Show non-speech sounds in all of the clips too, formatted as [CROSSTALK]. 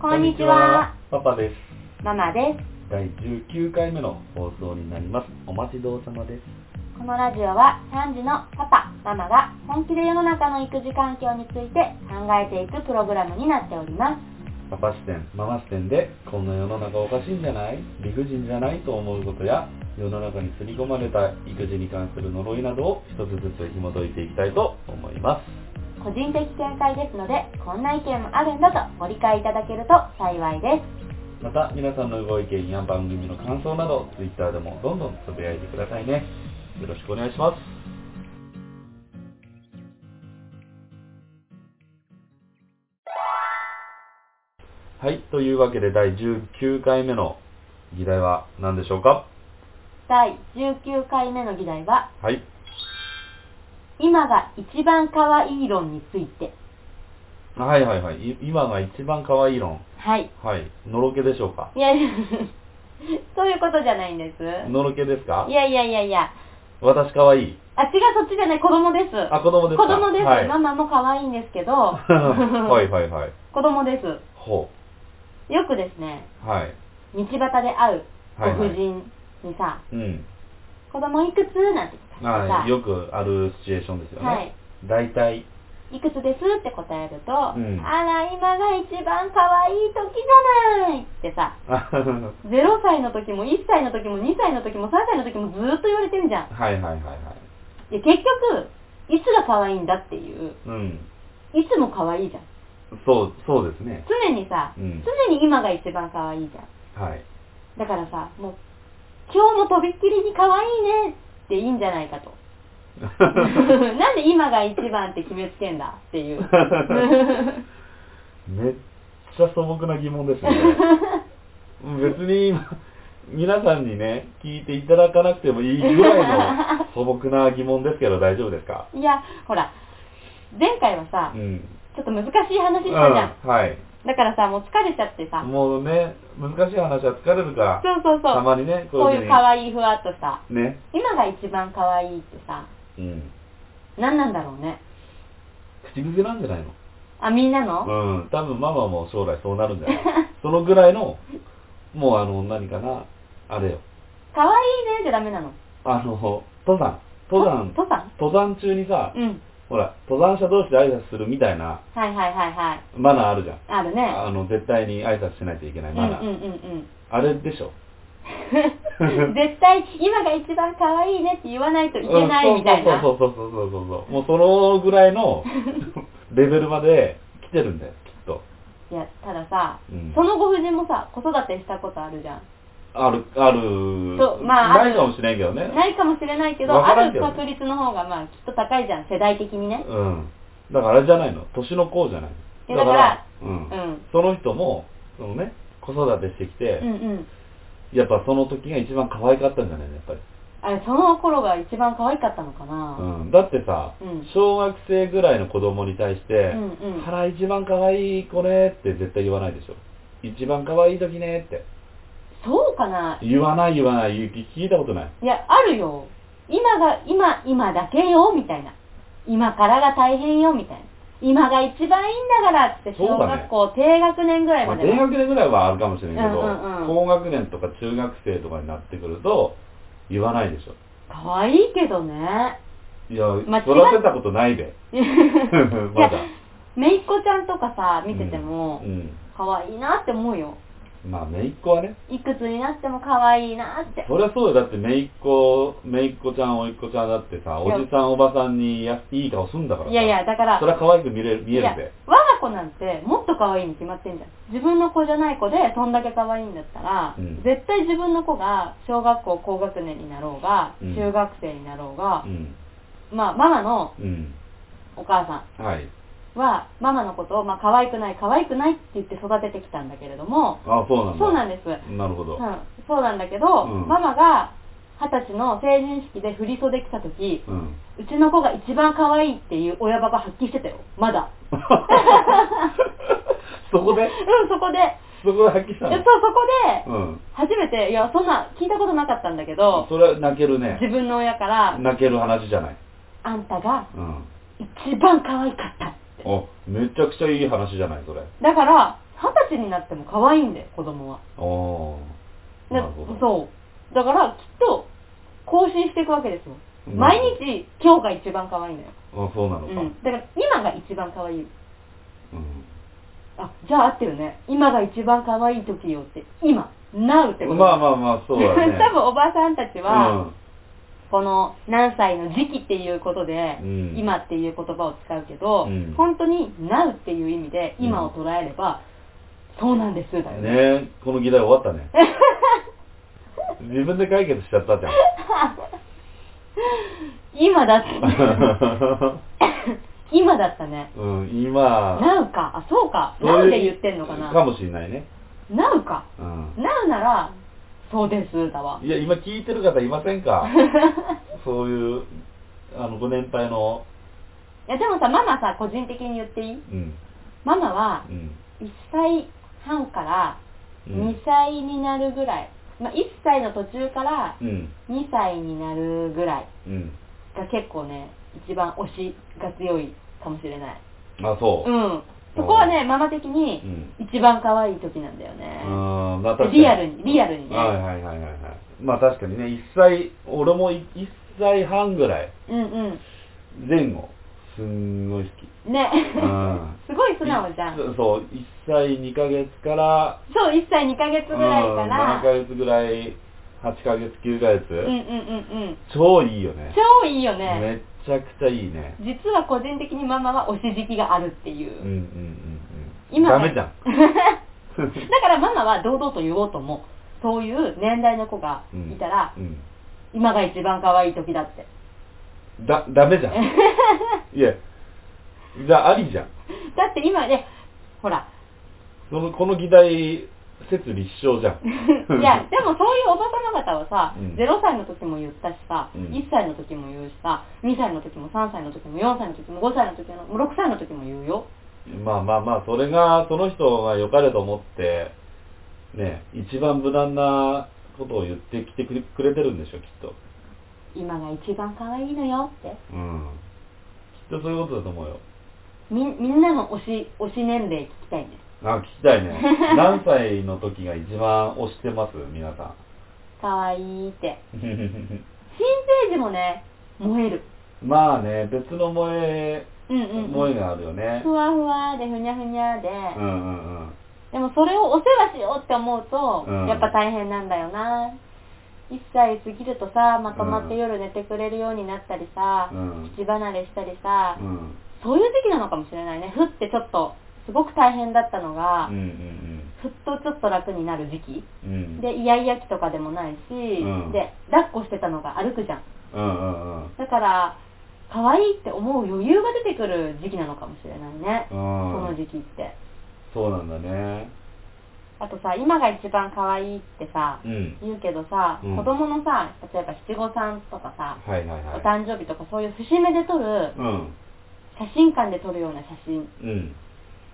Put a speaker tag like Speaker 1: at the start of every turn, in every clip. Speaker 1: こんにちは。
Speaker 2: パパです。
Speaker 1: ママです。
Speaker 2: 第19回目の放送になります。お待ちどうさまです。
Speaker 1: このラジオは3児のパパ、ママが本気で世の中の育児環境について考えていくプログラムになっております。
Speaker 2: パパ視点、ママ視点で、こんな世の中おかしいんじゃない理不尽じゃないと思うことや、世の中に刷り込まれた育児に関する呪いなどを一つずつ紐解いていきたいと思います。
Speaker 1: 個人的見解ですので、こんな意見もあるんだとご理解いただけると幸いです。
Speaker 2: また皆さんのご意見や番組の感想など Twitter でもどんどんつぶやいてくださいねよろしくお願いしますはいというわけで第19回目の議題は何でしょうか
Speaker 1: 第19回目の議題は、
Speaker 2: はい
Speaker 1: 今が一番可愛い論について。
Speaker 2: はいはいはいい今が一番可愛い論
Speaker 1: はい。
Speaker 2: はいのろけでしょうか
Speaker 1: いや、そういうことじゃないんです。い
Speaker 2: のろけですか
Speaker 1: やいやいやいや。
Speaker 2: 私可愛い
Speaker 1: あ、違う、そっちじゃない、子供です。
Speaker 2: あ子供ですか
Speaker 1: 子供です、
Speaker 2: はい、
Speaker 1: ママも可愛いんですけど、
Speaker 2: [LAUGHS] はいはいはい
Speaker 1: 子供です。
Speaker 2: ほ
Speaker 1: よくですね、
Speaker 2: うはい
Speaker 1: 道端で会う
Speaker 2: はいはい
Speaker 1: ご婦人にさ、
Speaker 2: うん
Speaker 1: 子供いくつなんて聞かれて
Speaker 2: は
Speaker 1: さ、
Speaker 2: い、よくあるシチュエーションですよね。
Speaker 1: はい、
Speaker 2: 大体、 [LAUGHS]
Speaker 1: いくつですって答えると、
Speaker 2: ん
Speaker 1: あら、今が一番可愛い時じゃないってさ、
Speaker 2: あ
Speaker 1: 0歳の時も1歳の時も2歳の時も3歳の時もずーっと言われてるじゃん。
Speaker 2: はいはいはいは
Speaker 1: で
Speaker 2: い。
Speaker 1: 結局、いつが可愛いんだっていう、
Speaker 2: うん。
Speaker 1: いつも可愛いじゃん。
Speaker 2: そう、そうですね。
Speaker 1: 常にさ、
Speaker 2: うん
Speaker 1: 常に今が一番可愛いじゃん。
Speaker 2: はい。 [LAUGHS]
Speaker 1: だからさ、もう、今日もとびっきりに可愛いねっていいんじゃないか
Speaker 2: [LAUGHS]
Speaker 1: と。なんで今が一番って決めつけんだって
Speaker 2: [LAUGHS]
Speaker 1: いう。
Speaker 2: めっちゃ素朴な疑問ですね。
Speaker 1: [LAUGHS]
Speaker 2: 別に今、皆さんにね、聞いていただかなくてもいいぐらいの素朴な疑問ですけど大丈夫ですか
Speaker 1: いや、ほら、前回はさ
Speaker 2: う、ん。
Speaker 1: ちょっと難しい話したじゃん。
Speaker 2: うんはい。
Speaker 1: だからさ、もう疲れちゃってさ、
Speaker 2: もうね、難しい話は疲れるから、
Speaker 1: そうそう
Speaker 2: た
Speaker 1: そう、
Speaker 2: まにね、
Speaker 1: こう
Speaker 2: いう
Speaker 1: い
Speaker 2: ふう
Speaker 1: う
Speaker 2: に
Speaker 1: 可愛いふわっとさ、
Speaker 2: ね。
Speaker 1: 今が一番可愛いってさ、
Speaker 2: うん。
Speaker 1: 何なんだろうね。
Speaker 2: 口癖なんじゃないの
Speaker 1: あ、みんなの
Speaker 2: うん、多分ママも将来そうなるんじ
Speaker 1: [LAUGHS]
Speaker 2: ゃないそのぐらいの、もうあの、何かな、あれよ。
Speaker 1: 可愛いねじゃダメなの。
Speaker 2: あの、登山、登山、
Speaker 1: とさん
Speaker 2: 登山中にさ、
Speaker 1: うん。
Speaker 2: ほら、登山者同士で挨拶するみたいな
Speaker 1: はいはいはいはい。
Speaker 2: マナーあるじゃん。
Speaker 1: あるね。
Speaker 2: あの、絶対に挨拶しないといけないマナー。
Speaker 1: うんうんうんうん。
Speaker 2: あれでしょ。
Speaker 1: [LAUGHS] 絶対今が一番可愛いねって言わないといけないみたいな。
Speaker 2: うんそうそうそうそうそうそうそう。もうそのぐらい
Speaker 1: [LAUGHS]
Speaker 2: のレベルまで来てるんだよ、きっと。
Speaker 1: いや、たださ、
Speaker 2: うん
Speaker 1: そのご婦人もさ、子育てしたことあるじゃん。
Speaker 2: ある、ある、
Speaker 1: そうまあある
Speaker 2: ないかもしれんけどね。
Speaker 1: ないかもしれないけど、
Speaker 2: わか
Speaker 1: あ
Speaker 2: らん
Speaker 1: る
Speaker 2: けどね
Speaker 1: 確率の方がまあきっと高いじゃん、世代的にね。
Speaker 2: うん。だからあれじゃないの。年の子じゃない
Speaker 1: え
Speaker 2: の。
Speaker 1: だから
Speaker 2: う。
Speaker 1: うんん。
Speaker 2: その人も、そのね、子育てしてきて、
Speaker 1: うんうん。
Speaker 2: やっぱその時が一番可愛かったんじゃないの、やっぱり。
Speaker 1: あれ、その頃が一番可愛かったのかな。
Speaker 2: うん。だってさ、
Speaker 1: うん
Speaker 2: 小学生ぐらいの子供に対して、
Speaker 1: うんうん
Speaker 2: 腹一番可愛い子ねって絶対言わないでしょ。一番可愛い時ねって。
Speaker 1: そうかな。
Speaker 2: 言わない言わない、言う聞いたことない。
Speaker 1: いや、あるよ。今が、今、今だけよ、みたいな。今からが大変よ、みたいな。今が一番いいんだからって、
Speaker 2: そう
Speaker 1: 小
Speaker 2: だね
Speaker 1: 学校、低学年ぐらい
Speaker 2: ま
Speaker 1: ま
Speaker 2: あ、
Speaker 1: では
Speaker 2: 低学年ぐらいはあるかもしれんけど、
Speaker 1: うんうんうん
Speaker 2: 高学年とか中学生とかになってくると、言わないでしょ。
Speaker 1: 可愛いけどね。
Speaker 2: いや、
Speaker 1: まあ違う
Speaker 2: 育てたことないで。
Speaker 1: い
Speaker 2: [LAUGHS] ま
Speaker 1: や
Speaker 2: だ。、
Speaker 1: めいっ子ちゃんとかさ、見てても
Speaker 2: う、ん。
Speaker 1: 可愛いなって思うよ。
Speaker 2: まあ、姪っ子はね。
Speaker 1: いくつになっても可愛いなって。
Speaker 2: そりゃそうよ。だって、姪っ子、姪っ子ちゃん、おいっ子ちゃんだってさ、
Speaker 1: い
Speaker 2: お
Speaker 1: や
Speaker 2: じさん、おばさんにやいい顔すんだからさ
Speaker 1: いやいや、だから、
Speaker 2: そりゃ可愛く見れる、見え
Speaker 1: いや
Speaker 2: るぜ。
Speaker 1: 我が子なんてもっと可愛いに決まってんじゃん。自分の子じゃない子でそんだけ可愛いんだったら、
Speaker 2: うん
Speaker 1: 絶対自分の子が小学校高学年になろうが、
Speaker 2: うん
Speaker 1: 中学生になろうが
Speaker 2: う、ん。
Speaker 1: まあママの
Speaker 2: うん。
Speaker 1: お母さ
Speaker 2: はい。
Speaker 1: んは、ママのことを、まあ可愛くない可愛くないって言って育ててきたんだけれども、
Speaker 2: あ、そうなんだ。
Speaker 1: そうなんです。
Speaker 2: なるほ
Speaker 1: う
Speaker 2: ど。
Speaker 1: ん、そうなんだけど、
Speaker 2: うん
Speaker 1: ママが二十歳の成人式で振り袖着た時 [LAUGHS]
Speaker 2: うん。
Speaker 1: うちの子が一番可愛いっていう親バカ発揮してたよまだ
Speaker 2: そこで
Speaker 1: うんそこで、
Speaker 2: そこで発揮した
Speaker 1: そうそ
Speaker 2: の
Speaker 1: こで
Speaker 2: うん。
Speaker 1: 初めていやそんな聞いたことなかったんだけど
Speaker 2: それは泣けるね
Speaker 1: 自。分の親から
Speaker 2: 泣ける話じゃない。
Speaker 1: 「あんたが
Speaker 2: うん。
Speaker 1: 一番可愛かった」って
Speaker 2: お、めちゃくちゃいい話じゃない、それ。
Speaker 1: だからは二十歳になっても可愛いんだよ、子供は。
Speaker 2: おー。
Speaker 1: だ
Speaker 2: なるほど。
Speaker 1: そう。だから、きっと、更新していくわけですよ。
Speaker 2: うん
Speaker 1: 毎日、今日が一番可愛いのよ。
Speaker 2: あ、そうな
Speaker 1: う
Speaker 2: のか。
Speaker 1: ん。だから、今が一番可愛い。
Speaker 2: うん
Speaker 1: あ、じゃあ合ってるね。今が一番可愛い時よって、今、なうってこと。
Speaker 2: まあまあまあ、そうだ
Speaker 1: [LAUGHS]
Speaker 2: ね。
Speaker 1: 多分、おばさんたちは、この何歳の時期っていうことで、
Speaker 2: うん
Speaker 1: 今っていう言葉を使うけど、
Speaker 2: うん
Speaker 1: 本当に now っていう意味で今を捉えれば、そうなんですだ
Speaker 2: う
Speaker 1: よ
Speaker 2: ん。
Speaker 1: ね。
Speaker 2: ねこの議題終わった
Speaker 1: [LAUGHS]
Speaker 2: ね。自分で解決しちゃったじゃん。
Speaker 1: 今だって、
Speaker 2: [LAUGHS]
Speaker 1: 今だったね。
Speaker 2: うん、今、
Speaker 1: now か。あ、そうか。
Speaker 2: そういう
Speaker 1: now で言ってんのかな。
Speaker 2: かもしれないね。
Speaker 1: now か。
Speaker 2: うん。
Speaker 1: now なら、そうですだわ。
Speaker 2: いや、今聞いてる方いませ
Speaker 1: [LAUGHS]
Speaker 2: んかそういう、あの、ご年配の、
Speaker 1: いやでもさ、ママさ、個人的に言っていい
Speaker 2: うん、
Speaker 1: ママは
Speaker 2: う、ん。
Speaker 1: 1歳半から
Speaker 2: うん
Speaker 1: 2歳になるぐらい、まあ、1歳の途中から
Speaker 2: うん、
Speaker 1: 2歳になるぐらい
Speaker 2: うん。
Speaker 1: が結構ね一番推しが強いかもしれない
Speaker 2: あ、そうう。
Speaker 1: んそこはねママ的に
Speaker 2: うん
Speaker 1: 一番可愛い時なんだよね
Speaker 2: あーまあ確か
Speaker 1: リアルにリアルにね
Speaker 2: はいはいはいはいはい。まあ確かにね、1歳、俺も1歳半ぐらい
Speaker 1: うんうん
Speaker 2: 前後、すんごい好き。
Speaker 1: ね
Speaker 2: うん、
Speaker 1: [LAUGHS] すごい素直じゃん
Speaker 2: いそう、1歳2ヶ月から、
Speaker 1: そう1歳2ヶ月ぐらいから
Speaker 2: うん7ヶ月ぐらい、8ヶ月、9ヶ月、
Speaker 1: うんうんうんうん
Speaker 2: 超いいよね。
Speaker 1: 超いいよ
Speaker 2: め
Speaker 1: ね
Speaker 2: っちゃくちゃいいね。
Speaker 1: 実は個人的にママは推し時期があるっていう、
Speaker 2: うんうんうんうん。
Speaker 1: 今
Speaker 2: ダ
Speaker 1: は
Speaker 2: メ
Speaker 1: [LAUGHS]
Speaker 2: じゃん。
Speaker 1: だからママは堂々と言おうともそういう年代の子がいたら、
Speaker 2: うん
Speaker 1: 今が一番可愛い時だって [LAUGHS]
Speaker 2: だ、ダメじゃん。いや、じゃあありじゃん。
Speaker 1: だって今ねほ
Speaker 2: [LAUGHS]
Speaker 1: ら
Speaker 2: その、この議題、説立証じゃん。
Speaker 1: いやでもそういうおばさま方はさ、
Speaker 2: うん
Speaker 1: 0歳の時も言ったしさ、
Speaker 2: うん
Speaker 1: 1歳の時も言うしさ2歳の時も3歳の時も4歳の時も5歳の時も6歳の時も言うよ
Speaker 2: まあまあまあ、それが、その人が良かれと思って、ね、一番無難なことを言ってきてくれくれてるんでしょ、きっと。
Speaker 1: 今が一番可愛いのよって
Speaker 2: うん。きっとそういうことだと思うよ。
Speaker 1: みみんなの推し推し年齢聞きたいね
Speaker 2: あ、聞きたいね。 [LAUGHS] 何歳の時が一番推してます皆さん。
Speaker 1: 可愛いって
Speaker 2: [LAUGHS]
Speaker 1: 新生児もね燃える
Speaker 2: まあね、別の萌え、
Speaker 1: うんうん、うん、
Speaker 2: 萌えがあるよね。
Speaker 1: ふわふわでふにゃふにゃで、
Speaker 2: うんうんうん。
Speaker 1: でもそれをお世話しようって思うと、
Speaker 2: うん
Speaker 1: やっぱ大変なんだよな1歳過ぎるとさまとまって
Speaker 2: うん
Speaker 1: 夜寝てくれるようになったりさ、
Speaker 2: うん
Speaker 1: 口離れしたりさ、
Speaker 2: うん。
Speaker 1: そういう時期なのかもしれないねふってちょっとすごく大変だったのが、
Speaker 2: うんうん
Speaker 1: ふっとちょっと楽になる時期
Speaker 2: うん。うん。
Speaker 1: でイヤイヤ期とかでもないし、
Speaker 2: うん
Speaker 1: で抱っこしてたのが歩くじゃん
Speaker 2: うんうんうん。
Speaker 1: だから可愛いって思う余裕が出てくる時期なのかもしれないね、
Speaker 2: う
Speaker 1: そ
Speaker 2: ん
Speaker 1: の時期って
Speaker 2: そうなんだね。
Speaker 1: あとさ今が一番可愛いってさ、
Speaker 2: うん。
Speaker 1: 言うけどさ、
Speaker 2: うん
Speaker 1: 子供のさ例えば七五三とかさ、
Speaker 2: はいはいはい。
Speaker 1: お誕生日とかそういう節目で撮る
Speaker 2: うん。
Speaker 1: 写真館で撮るような写真
Speaker 2: うん。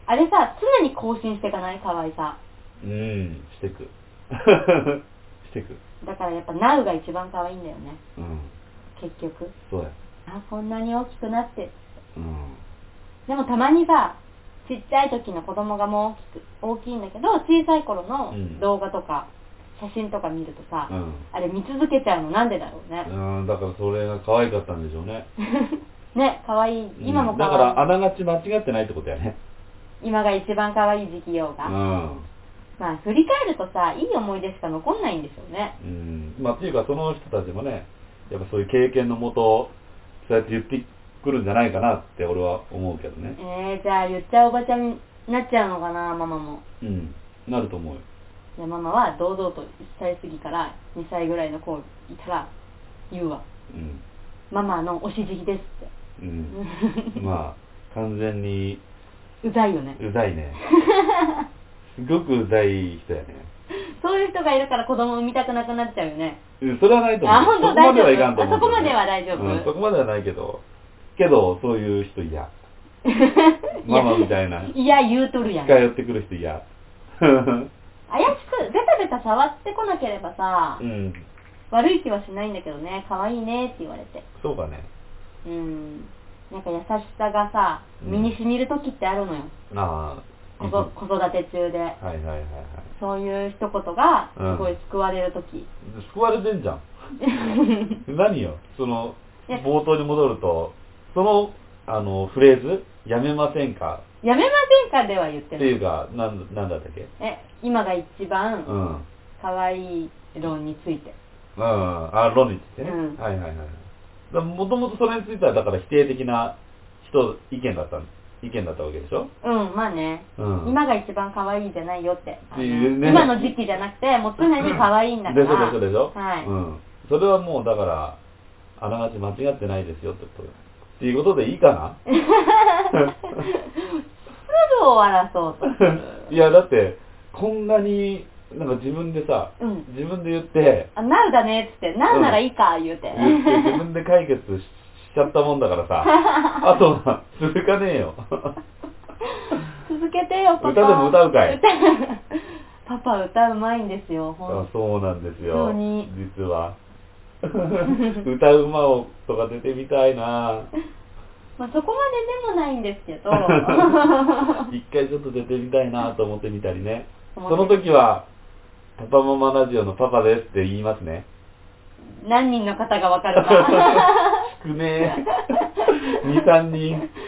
Speaker 1: あれさ常に更新していかない可愛さ
Speaker 2: うん。して [LAUGHS] く。してく。
Speaker 1: だからやっぱ NOW が一番可愛いんだよね
Speaker 2: うん。
Speaker 1: 結局
Speaker 2: そうや。
Speaker 1: あこんなに大きくなって
Speaker 2: うん。
Speaker 1: でもたまにさちっちゃい時の子供がもう大きく大きいんだけど小さい頃の
Speaker 2: うん
Speaker 1: 動画とか写真とか見るとさ、
Speaker 2: うん
Speaker 1: あれ見続けちゃうのなんでだろうね、
Speaker 2: うん、だからそれが可愛かったんでしょうね。
Speaker 1: ね可愛い今も
Speaker 2: うん
Speaker 1: 可
Speaker 2: だ
Speaker 1: 愛い、
Speaker 2: からあながち間違ってないってことやね。
Speaker 1: 今が一番可愛い時期よう
Speaker 2: う
Speaker 1: が、
Speaker 2: ん。
Speaker 1: まあ振り返るとさいい思い出しか残んないんですよね
Speaker 2: うん。まあ、っていうかその人たちもね、やっぱそういう経験のもと、そうやって言ってくるんじゃないかなって俺は思うけどね。
Speaker 1: えー、じゃあ言っちゃうおばちゃんになっちゃうのかなママも
Speaker 2: うん。なると思うよ。
Speaker 1: じゃあママは堂々と1歳過ぎから2歳ぐらいの子いたら言うわ
Speaker 2: うん。
Speaker 1: ママのおしじきですっ
Speaker 2: うん。まあ、完全に、
Speaker 1: [LAUGHS] てうざいよね
Speaker 2: うざい [LAUGHS] ね。すごくうざい人やね。
Speaker 1: そういう人がいるから子供産みたくなくなっちゃうよね
Speaker 2: うん、それはないと思う。
Speaker 1: あ本当
Speaker 2: そこまではいかんと思う。
Speaker 1: 大丈夫あそこまでは大丈夫
Speaker 2: うん、そこまではないけど。けど、そういう
Speaker 1: [LAUGHS]
Speaker 2: 人嫌。ママみたいな。
Speaker 1: いや言うとるやん
Speaker 2: 近
Speaker 1: 怪し
Speaker 2: 寄ってくる人嫌。
Speaker 1: くベタベタ触ってこなければさ、
Speaker 2: うん。
Speaker 1: 悪い気はしないんだけどね可愛いねって言われて
Speaker 2: そうかね。
Speaker 1: うんなんか優しさがさ身に染みる時ってあるのよ、
Speaker 2: ああ、
Speaker 1: 子ぞ子育て中で、
Speaker 2: はいはいはいはい。
Speaker 1: そういう一言が、すごい救われるとき。
Speaker 2: 救われてん
Speaker 1: [LAUGHS]
Speaker 2: じゃん。何よ、その
Speaker 1: いや、
Speaker 2: 冒頭に戻ると、その、あの、フレーズ、やめませんか
Speaker 1: やめませんかでは言っ
Speaker 2: ってて
Speaker 1: ない。
Speaker 2: いうか、なん、なんだったっけ
Speaker 1: え、今が一
Speaker 2: う
Speaker 1: 番
Speaker 2: ん。うん。
Speaker 1: 可愛い論について。
Speaker 2: あ、論理ってね。
Speaker 1: うん
Speaker 2: はいはいはい。だもともとそれについては、だから否定的な人、意見だったん、意見だったわけでしょ
Speaker 1: うん、まあね。
Speaker 2: うん。
Speaker 1: 今が一番可愛いじゃないよって。
Speaker 2: っていうね
Speaker 1: あの今の時期じゃなくて、もう常に可愛いんだか
Speaker 2: でしょ
Speaker 1: ら。
Speaker 2: でしょでしょ
Speaker 1: はい。
Speaker 2: うん。それはもう、だから、あながち間違ってないですよってこと。っていうことでいい
Speaker 1: [LAUGHS]
Speaker 2: かな
Speaker 1: すぐ終わらそうと。
Speaker 2: いや、だって、こんなに、なんか自分でさ、
Speaker 1: うん
Speaker 2: 自分で言って、
Speaker 1: あ、なうだねっつって、なうならいいか、言うて。
Speaker 2: 言って
Speaker 1: [LAUGHS]
Speaker 2: 自分で解決しちゃったもんだからさ、あとは続かねえよ。
Speaker 1: 続けてよ、パパ。
Speaker 2: 歌でも歌うかい
Speaker 1: 歌 [LAUGHS] パパ歌うまいんですよ、ほ
Speaker 2: あ
Speaker 1: ん
Speaker 2: そうなんです
Speaker 1: 本
Speaker 2: よ
Speaker 1: 当に、
Speaker 2: 実は。
Speaker 1: [LAUGHS]
Speaker 2: 歌うまをとか出てみた
Speaker 1: [LAUGHS]
Speaker 2: いな
Speaker 1: まあそこまででもないんですけ
Speaker 2: [LAUGHS]
Speaker 1: ど。
Speaker 2: 一回ちょっと出てみたいなと思ってみたりね。そ
Speaker 1: 思
Speaker 2: の
Speaker 1: って
Speaker 2: 時は、パパママラジオのパパですって言います
Speaker 1: [LAUGHS]
Speaker 2: ね。
Speaker 1: 何人の方がわかる
Speaker 2: [LAUGHS]
Speaker 1: か。
Speaker 2: 少ね
Speaker 1: [LAUGHS]
Speaker 2: え。2、3人。 [LAUGHS]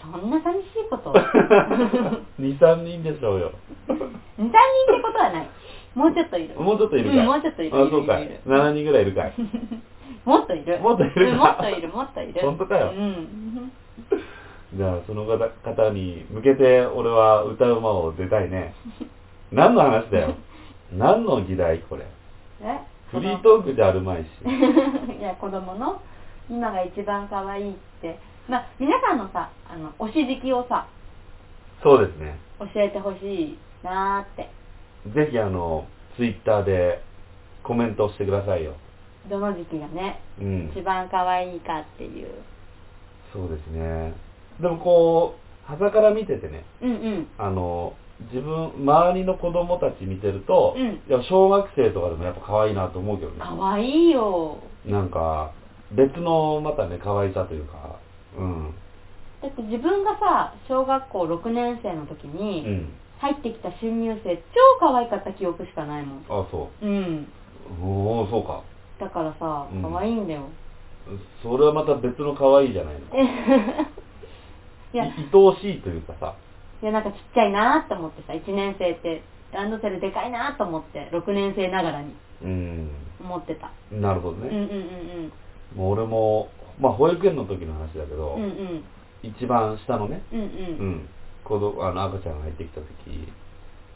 Speaker 1: そんな寂しいこと。
Speaker 2: 2、3人でしょうよ。
Speaker 1: 2、3人ってことはない。もうちょっといる。
Speaker 2: もうちょっといるかい、
Speaker 1: うんもうちょっといる。
Speaker 2: あ、そうか
Speaker 1: いるい
Speaker 2: い
Speaker 1: る。
Speaker 2: 7人ぐらいいる
Speaker 1: [LAUGHS]
Speaker 2: かい。
Speaker 1: もっといる。
Speaker 2: もっといる
Speaker 1: うんもっといる、もっといる。
Speaker 2: 本当か
Speaker 1: う
Speaker 2: よ
Speaker 1: ん。
Speaker 2: じゃあ、その方方に向けて、俺は歌うまを出たいね。何の話
Speaker 1: [LAUGHS]
Speaker 2: だよ。何の議題これ。
Speaker 1: え
Speaker 2: フリートークじゃあるまいし。
Speaker 1: [LAUGHS] いや子供の今が一番可愛いってまあ皆さんのさあのおし時期をさ
Speaker 2: そうですね。
Speaker 1: 教えてほしいなーって
Speaker 2: ぜひ、あの、ツイッターでコメントしてくださいよ。
Speaker 1: どの時期がね
Speaker 2: うん。
Speaker 1: 一番可愛いかっていう
Speaker 2: そうですね。でもこう、端から見ててね、
Speaker 1: うんうん
Speaker 2: あの、自分、周りの子供たち見てると、
Speaker 1: うん
Speaker 2: いや小学生とかでもやっぱ可愛いなと思うけどね。
Speaker 1: 可愛いよ
Speaker 2: なんか、別の、またね、可愛さというか、うん。
Speaker 1: だって自分がさ小学校6年生の時
Speaker 2: う
Speaker 1: に
Speaker 2: ん。
Speaker 1: 入ってきた新入生超可愛かった記憶しかないもん
Speaker 2: あ、そ
Speaker 1: うん
Speaker 2: う。おおそうか。
Speaker 1: だからさ
Speaker 2: うん
Speaker 1: 可愛いんだ [LAUGHS] よ、
Speaker 2: それはまた別の可愛いじゃないの。
Speaker 1: いや
Speaker 2: い愛おしいというかさ。
Speaker 1: いや、なんかちっちゃいなーと思ってさ、1年生って、ランドセルでかいなーと思って、6年生ながらに
Speaker 2: うん。
Speaker 1: 思ってた。
Speaker 2: なるほど
Speaker 1: うんう
Speaker 2: ね。
Speaker 1: んうん
Speaker 2: もう俺も、まあ、保育園の時の話だけど、
Speaker 1: うん。うんうん。
Speaker 2: 一番下のね、
Speaker 1: うん
Speaker 2: う
Speaker 1: うん。
Speaker 2: ん。子供、あの、赤ちゃんが入ってきた時、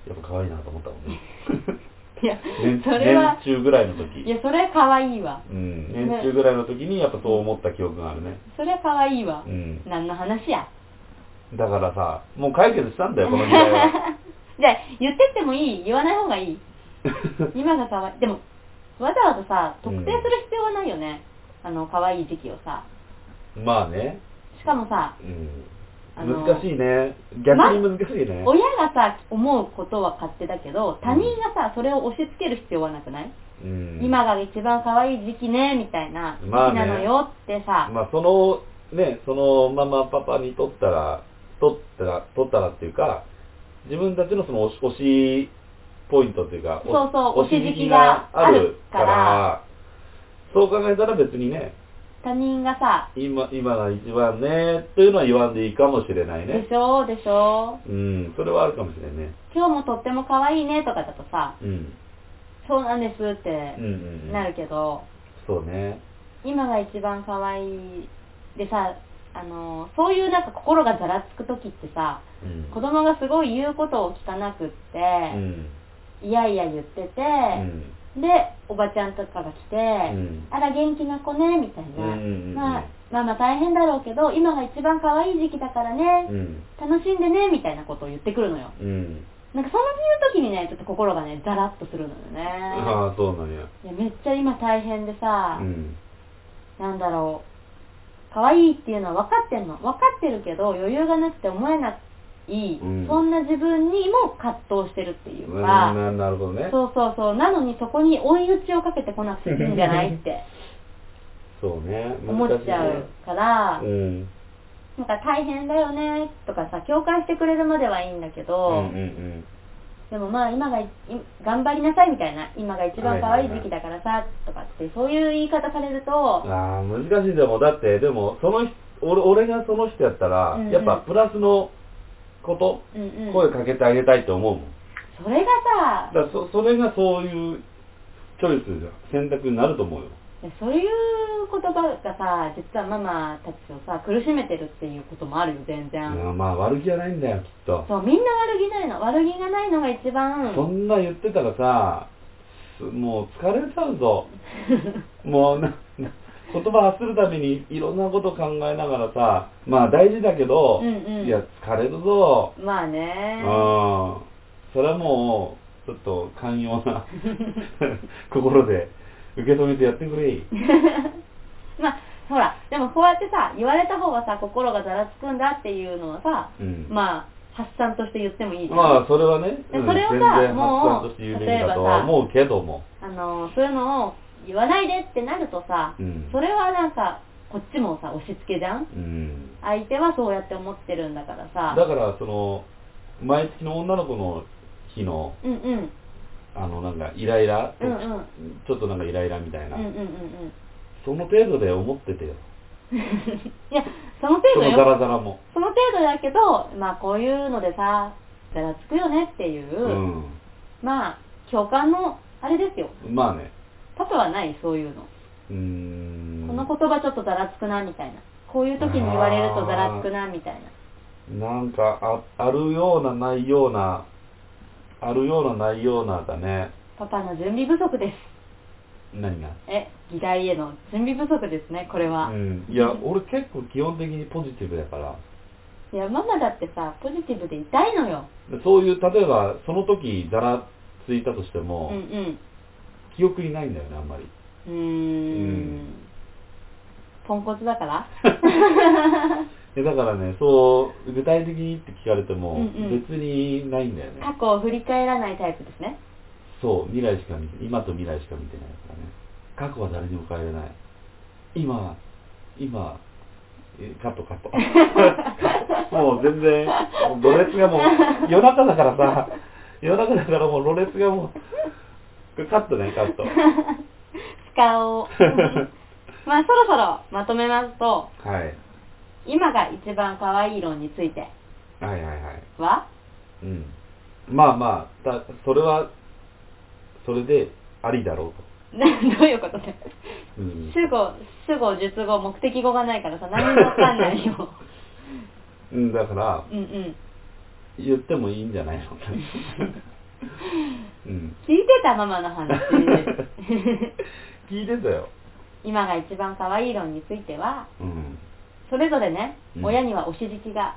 Speaker 2: やっぱ可愛いなと思ったもんね。
Speaker 1: [LAUGHS] いや、
Speaker 2: 年
Speaker 1: それは
Speaker 2: 年、中ぐらいの時
Speaker 1: い。や、それは可愛いわ。
Speaker 2: うん。
Speaker 1: ね
Speaker 2: 年中ぐらいの時に、やっぱそう思った記憶があるね。
Speaker 1: それは可愛いわ
Speaker 2: う。ん。
Speaker 1: 何の話や。
Speaker 2: だからさ、もう解決したんだよ、この時代は。
Speaker 1: [LAUGHS] じゃあ、言ってってもいい言わない方が
Speaker 2: [LAUGHS]
Speaker 1: いい今が可愛い。でも、わざわざさ、特定する必要はないよね。あの、可愛い時期をさ。
Speaker 2: まあね。
Speaker 1: しかもさ、
Speaker 2: うん。
Speaker 1: あの
Speaker 2: 難しいね。逆
Speaker 1: ま
Speaker 2: に難しいね。
Speaker 1: 親がさ、思うことは勝手だけど、他人がさ、それを押し付ける必要はなくない
Speaker 2: うん、
Speaker 1: 今が一番可愛い時期ねみたいな時期
Speaker 2: まあね
Speaker 1: なのよってさ、
Speaker 2: まあその、ね、そのママパパにとったら、とったら、とったらっていうか、自分たちのその推し推しポイントっていうか、推し
Speaker 1: そうそう
Speaker 2: 推し
Speaker 1: 推し時
Speaker 2: 時
Speaker 1: 期
Speaker 2: 期
Speaker 1: が
Speaker 2: が
Speaker 1: あ
Speaker 2: あ
Speaker 1: る
Speaker 2: る
Speaker 1: か
Speaker 2: からら、そう考えたら別にね、
Speaker 1: 他人がさ、
Speaker 2: 今、今が一番ね、というのは言わんでいいかもしれない
Speaker 1: で
Speaker 2: ね。
Speaker 1: しょでしょ
Speaker 2: うん、それはあるかもしれないね。
Speaker 1: 今日もとっても可愛いねとかだとさ、
Speaker 2: うん。
Speaker 1: そうなんですっ
Speaker 2: うん
Speaker 1: て
Speaker 2: うん、うん。
Speaker 1: なるけど、
Speaker 2: そうね。
Speaker 1: 今が一番可愛いでさ、あの、そういうなんか心がざらつく時ってさ、
Speaker 2: うん。
Speaker 1: 子供がすごい言うことを聞かなくって、
Speaker 2: うん。
Speaker 1: いやいや言ってて、
Speaker 2: うん。
Speaker 1: で、おばちゃんとかが来て、
Speaker 2: うん
Speaker 1: あら元気な子ね、みたいな。
Speaker 2: うんうんうん
Speaker 1: まあ、ママ大変だろうけど、今が一番可愛い時期だからね、
Speaker 2: うん。
Speaker 1: 楽しんでね、みたいなことを言ってくるのよ。
Speaker 2: うん。
Speaker 1: なんかその言う時にね、ちょっと心がね、ザラッとするのよね。
Speaker 2: ああ、そうなんや。
Speaker 1: いやめっちゃ今大変でさ、
Speaker 2: うん。
Speaker 1: なんだろう、可愛いっていうのは分かってんの。分かってるけど、余裕がなくて思えない、
Speaker 2: うん
Speaker 1: そんな自分にも葛藤してるっていうか、
Speaker 2: なななるほどね。
Speaker 1: そうそうそう。なのにそこに追い打ちをかけてこなくていいんじゃないって
Speaker 2: そうね。
Speaker 1: 思っちゃうから、
Speaker 2: 難しいね。うん。
Speaker 1: なんか大変だよねとかさ共感してくれるまではいいんだけ
Speaker 2: うん
Speaker 1: ど、
Speaker 2: うん
Speaker 1: でもまあ今がい頑張りなさいみたいな今が一番可愛い時期だからさとかってそういう言い方される
Speaker 2: う
Speaker 1: と
Speaker 2: ん。ああ、難しいでも、だって、でも、その人、俺俺がその人やったら、
Speaker 1: うんうん
Speaker 2: やっぱプラスのこと、
Speaker 1: うんうん
Speaker 2: 声かけてあげたいと思うもん。
Speaker 1: それが
Speaker 2: だ
Speaker 1: さ
Speaker 2: からそ、それがそういうチョイスじゃん、選択になると思うよ。
Speaker 1: そういう言葉がさ実はママたちをさ苦しめてるっていうこともあるよ全然、
Speaker 2: いやまあ、悪気じゃないんだよ、きっと。
Speaker 1: そうみんな悪気ないの悪気がないのが一番
Speaker 2: そんな言ってたらさ、すもう疲れちゃう
Speaker 1: [LAUGHS]
Speaker 2: ぞ。もうな、な言葉発するたびにいろんなこと考えながらさ、まあ大事だけど、
Speaker 1: うんうん
Speaker 2: いや、疲れるぞ。
Speaker 1: まあ
Speaker 2: う
Speaker 1: ね
Speaker 2: ん。それはもう、ちょっと寛
Speaker 1: [LAUGHS]
Speaker 2: 容な心で受け止めてやってくれ。
Speaker 1: まあほらでもこうやってさ言われた方がさ心がざらつくんだっていうのはさ、
Speaker 2: うん
Speaker 1: まあ発散として言ってもいいじゃん、
Speaker 2: まあ、それはね、
Speaker 1: で
Speaker 2: うん
Speaker 1: それをさ
Speaker 2: 全然発
Speaker 1: も
Speaker 2: 散
Speaker 1: う
Speaker 2: として言うべきだとは思うけども。
Speaker 1: あのそういうのを言わないでってなるとさ、
Speaker 2: うん
Speaker 1: それはなんかこっちもさ押し付けじゃん
Speaker 2: うん。
Speaker 1: 相手はそうやって思ってるんだからさ
Speaker 2: だから、その、毎月の女の子の日の、
Speaker 1: うんうん
Speaker 2: あの、なんか、イライラ、
Speaker 1: うんうん
Speaker 2: ちょっとなんかイライラみたい
Speaker 1: うん
Speaker 2: な、
Speaker 1: うんうんうん
Speaker 2: その程度で思っててよ。
Speaker 1: [LAUGHS] いやその程
Speaker 2: そ
Speaker 1: 度
Speaker 2: の
Speaker 1: よ
Speaker 2: ザラザラも。
Speaker 1: その程度だけどまあこういうのでさざらつくよねっていうう、
Speaker 2: ん。
Speaker 1: まあ共感のあれですよ
Speaker 2: まあね。
Speaker 1: パパはないそういうの
Speaker 2: うーん。
Speaker 1: この言葉ちょっとざらつくなみたいなこういう時に言われるとざらつくなみたいな
Speaker 2: なんかあ、あるような、ないような、あるような、ないようなだね。
Speaker 1: パパの準備不足です
Speaker 2: 何が
Speaker 1: え議題への準備不足ですねこれは、
Speaker 2: うん。いや、俺結構基本的にポジティブだから。
Speaker 1: いやママだってさポジティブでいたいのよ
Speaker 2: でそういう、例えば、その時、ざらついたとして
Speaker 1: うん
Speaker 2: も、
Speaker 1: うん
Speaker 2: 記憶にないんだよね、あんまり。
Speaker 1: うーんポンコツだから
Speaker 2: でだからね、そう、具体的にって聞かれても、
Speaker 1: うんうん
Speaker 2: 別にないんだよね。
Speaker 1: 過去を振り返らないタイプですね
Speaker 2: そう、未来しか見て、今と未来しか見てないからね。過去は誰にも変えれない。今、今、えカット
Speaker 1: [LAUGHS]
Speaker 2: カット。もう全然、ろれつがもう、夜中だからさ、夜中だからもうろれつがもう、カットね、カ
Speaker 1: [LAUGHS]
Speaker 2: ット。
Speaker 1: 使
Speaker 2: [LAUGHS]
Speaker 1: おうまあそろそろまとめますと
Speaker 2: はい。
Speaker 1: 今が一番可愛い論について
Speaker 2: はいはいはい。
Speaker 1: は [LAUGHS]
Speaker 2: うん。まあまあ、たそれは、それでありだろうと。
Speaker 1: などういうことね
Speaker 2: うん
Speaker 1: 主語、主語、述語、目的語がないからさ、何もわかんない
Speaker 2: [LAUGHS]
Speaker 1: よ。
Speaker 2: うん、だから、
Speaker 1: うんうん。
Speaker 2: 言ってもいいんじゃないのうん。
Speaker 1: 聞いてたママの
Speaker 2: [LAUGHS]
Speaker 1: 話。 [LAUGHS]
Speaker 2: 聞いてたよ。
Speaker 1: 今が一番可愛い論については、
Speaker 2: うん。
Speaker 1: それぞれね、
Speaker 2: うん
Speaker 1: 親にはおしじきが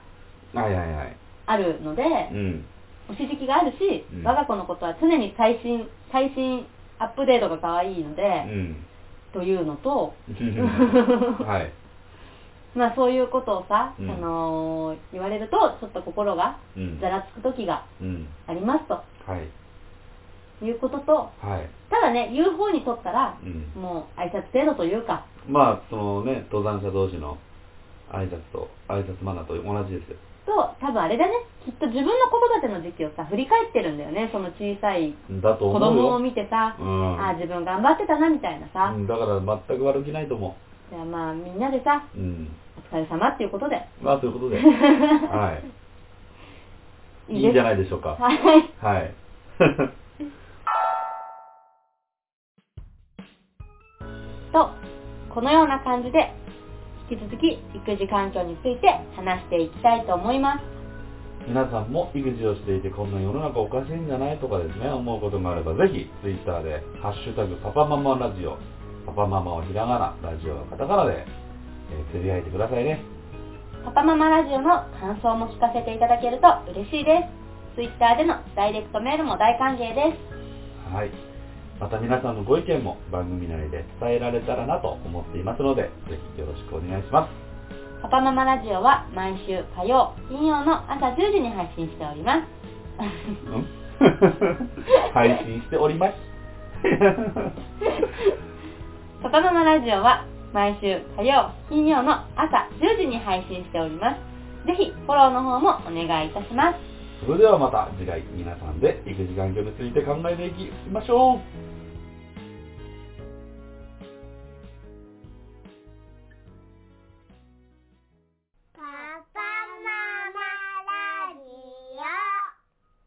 Speaker 2: はいはいはい。
Speaker 1: あるので、
Speaker 2: うん。
Speaker 1: おしじきがあるし、
Speaker 2: うん
Speaker 1: 我が子のことは常に最新、最新アップデートが可愛いので、
Speaker 2: うん。
Speaker 1: というのと、 [LAUGHS]
Speaker 2: はい。
Speaker 1: まあそういうことをさ、
Speaker 2: うん
Speaker 1: あのー言われると、ちょっと心が
Speaker 2: うん
Speaker 1: ざらつく時が
Speaker 2: うん。
Speaker 1: ありますと
Speaker 2: はい。
Speaker 1: いうことと、
Speaker 2: はい。
Speaker 1: ただね、言う方にとったら、
Speaker 2: うん
Speaker 1: もう挨拶程度というか、
Speaker 2: まあ、そのね、登山者同士の挨拶と、挨拶マナーと同じですよ。
Speaker 1: と、多分あれだね、きっと自分の子育ての時期をさ、振り返ってるんだよね、その小さい
Speaker 2: だと
Speaker 1: 子
Speaker 2: 思うよ。
Speaker 1: 供を見てさ、
Speaker 2: うん
Speaker 1: ああ、自分頑張ってたな、みたいなさ、
Speaker 2: うんだから全く悪気ないと思
Speaker 1: じゃあまあみんなでさ、
Speaker 2: う。うん。
Speaker 1: お疲れ様っていうことで、
Speaker 2: まあ、ということで。 [LAUGHS] はい。いいんじゃ
Speaker 1: ない
Speaker 2: ないでしょうか。
Speaker 1: [LAUGHS] はい。
Speaker 2: はい。
Speaker 1: と、このような感じで、引き続き育児環境について話していきたいと思います。
Speaker 2: 皆さんも育児をしていてこんな世の中おかしいんじゃないとかですね、思うことがあればぜひ Twitter で「ハッシュタグパパママラジオ」パパママはひらがな、ラジオはカタカナで、えーつぶやいてくださいね。
Speaker 1: パパママラジオの感想も聞かせていただけると嬉しいです。Twitter でのダイレクトメールも大歓迎です。
Speaker 2: はい。また皆さんのご意見も番組内で伝えられたらなと思っていますので、ぜひよろしくお願いします。
Speaker 1: パパママラジオは毎週火曜、金曜の朝10時に配信しております。
Speaker 2: うん [LAUGHS] 配 [LAUGHS] 信しております。
Speaker 1: パパママラジオは毎週火曜、金曜の朝10時に配信しております。ぜひフォローの方もお願いいたします。
Speaker 2: それではまた次回皆さんで育児環境について考えていきましょう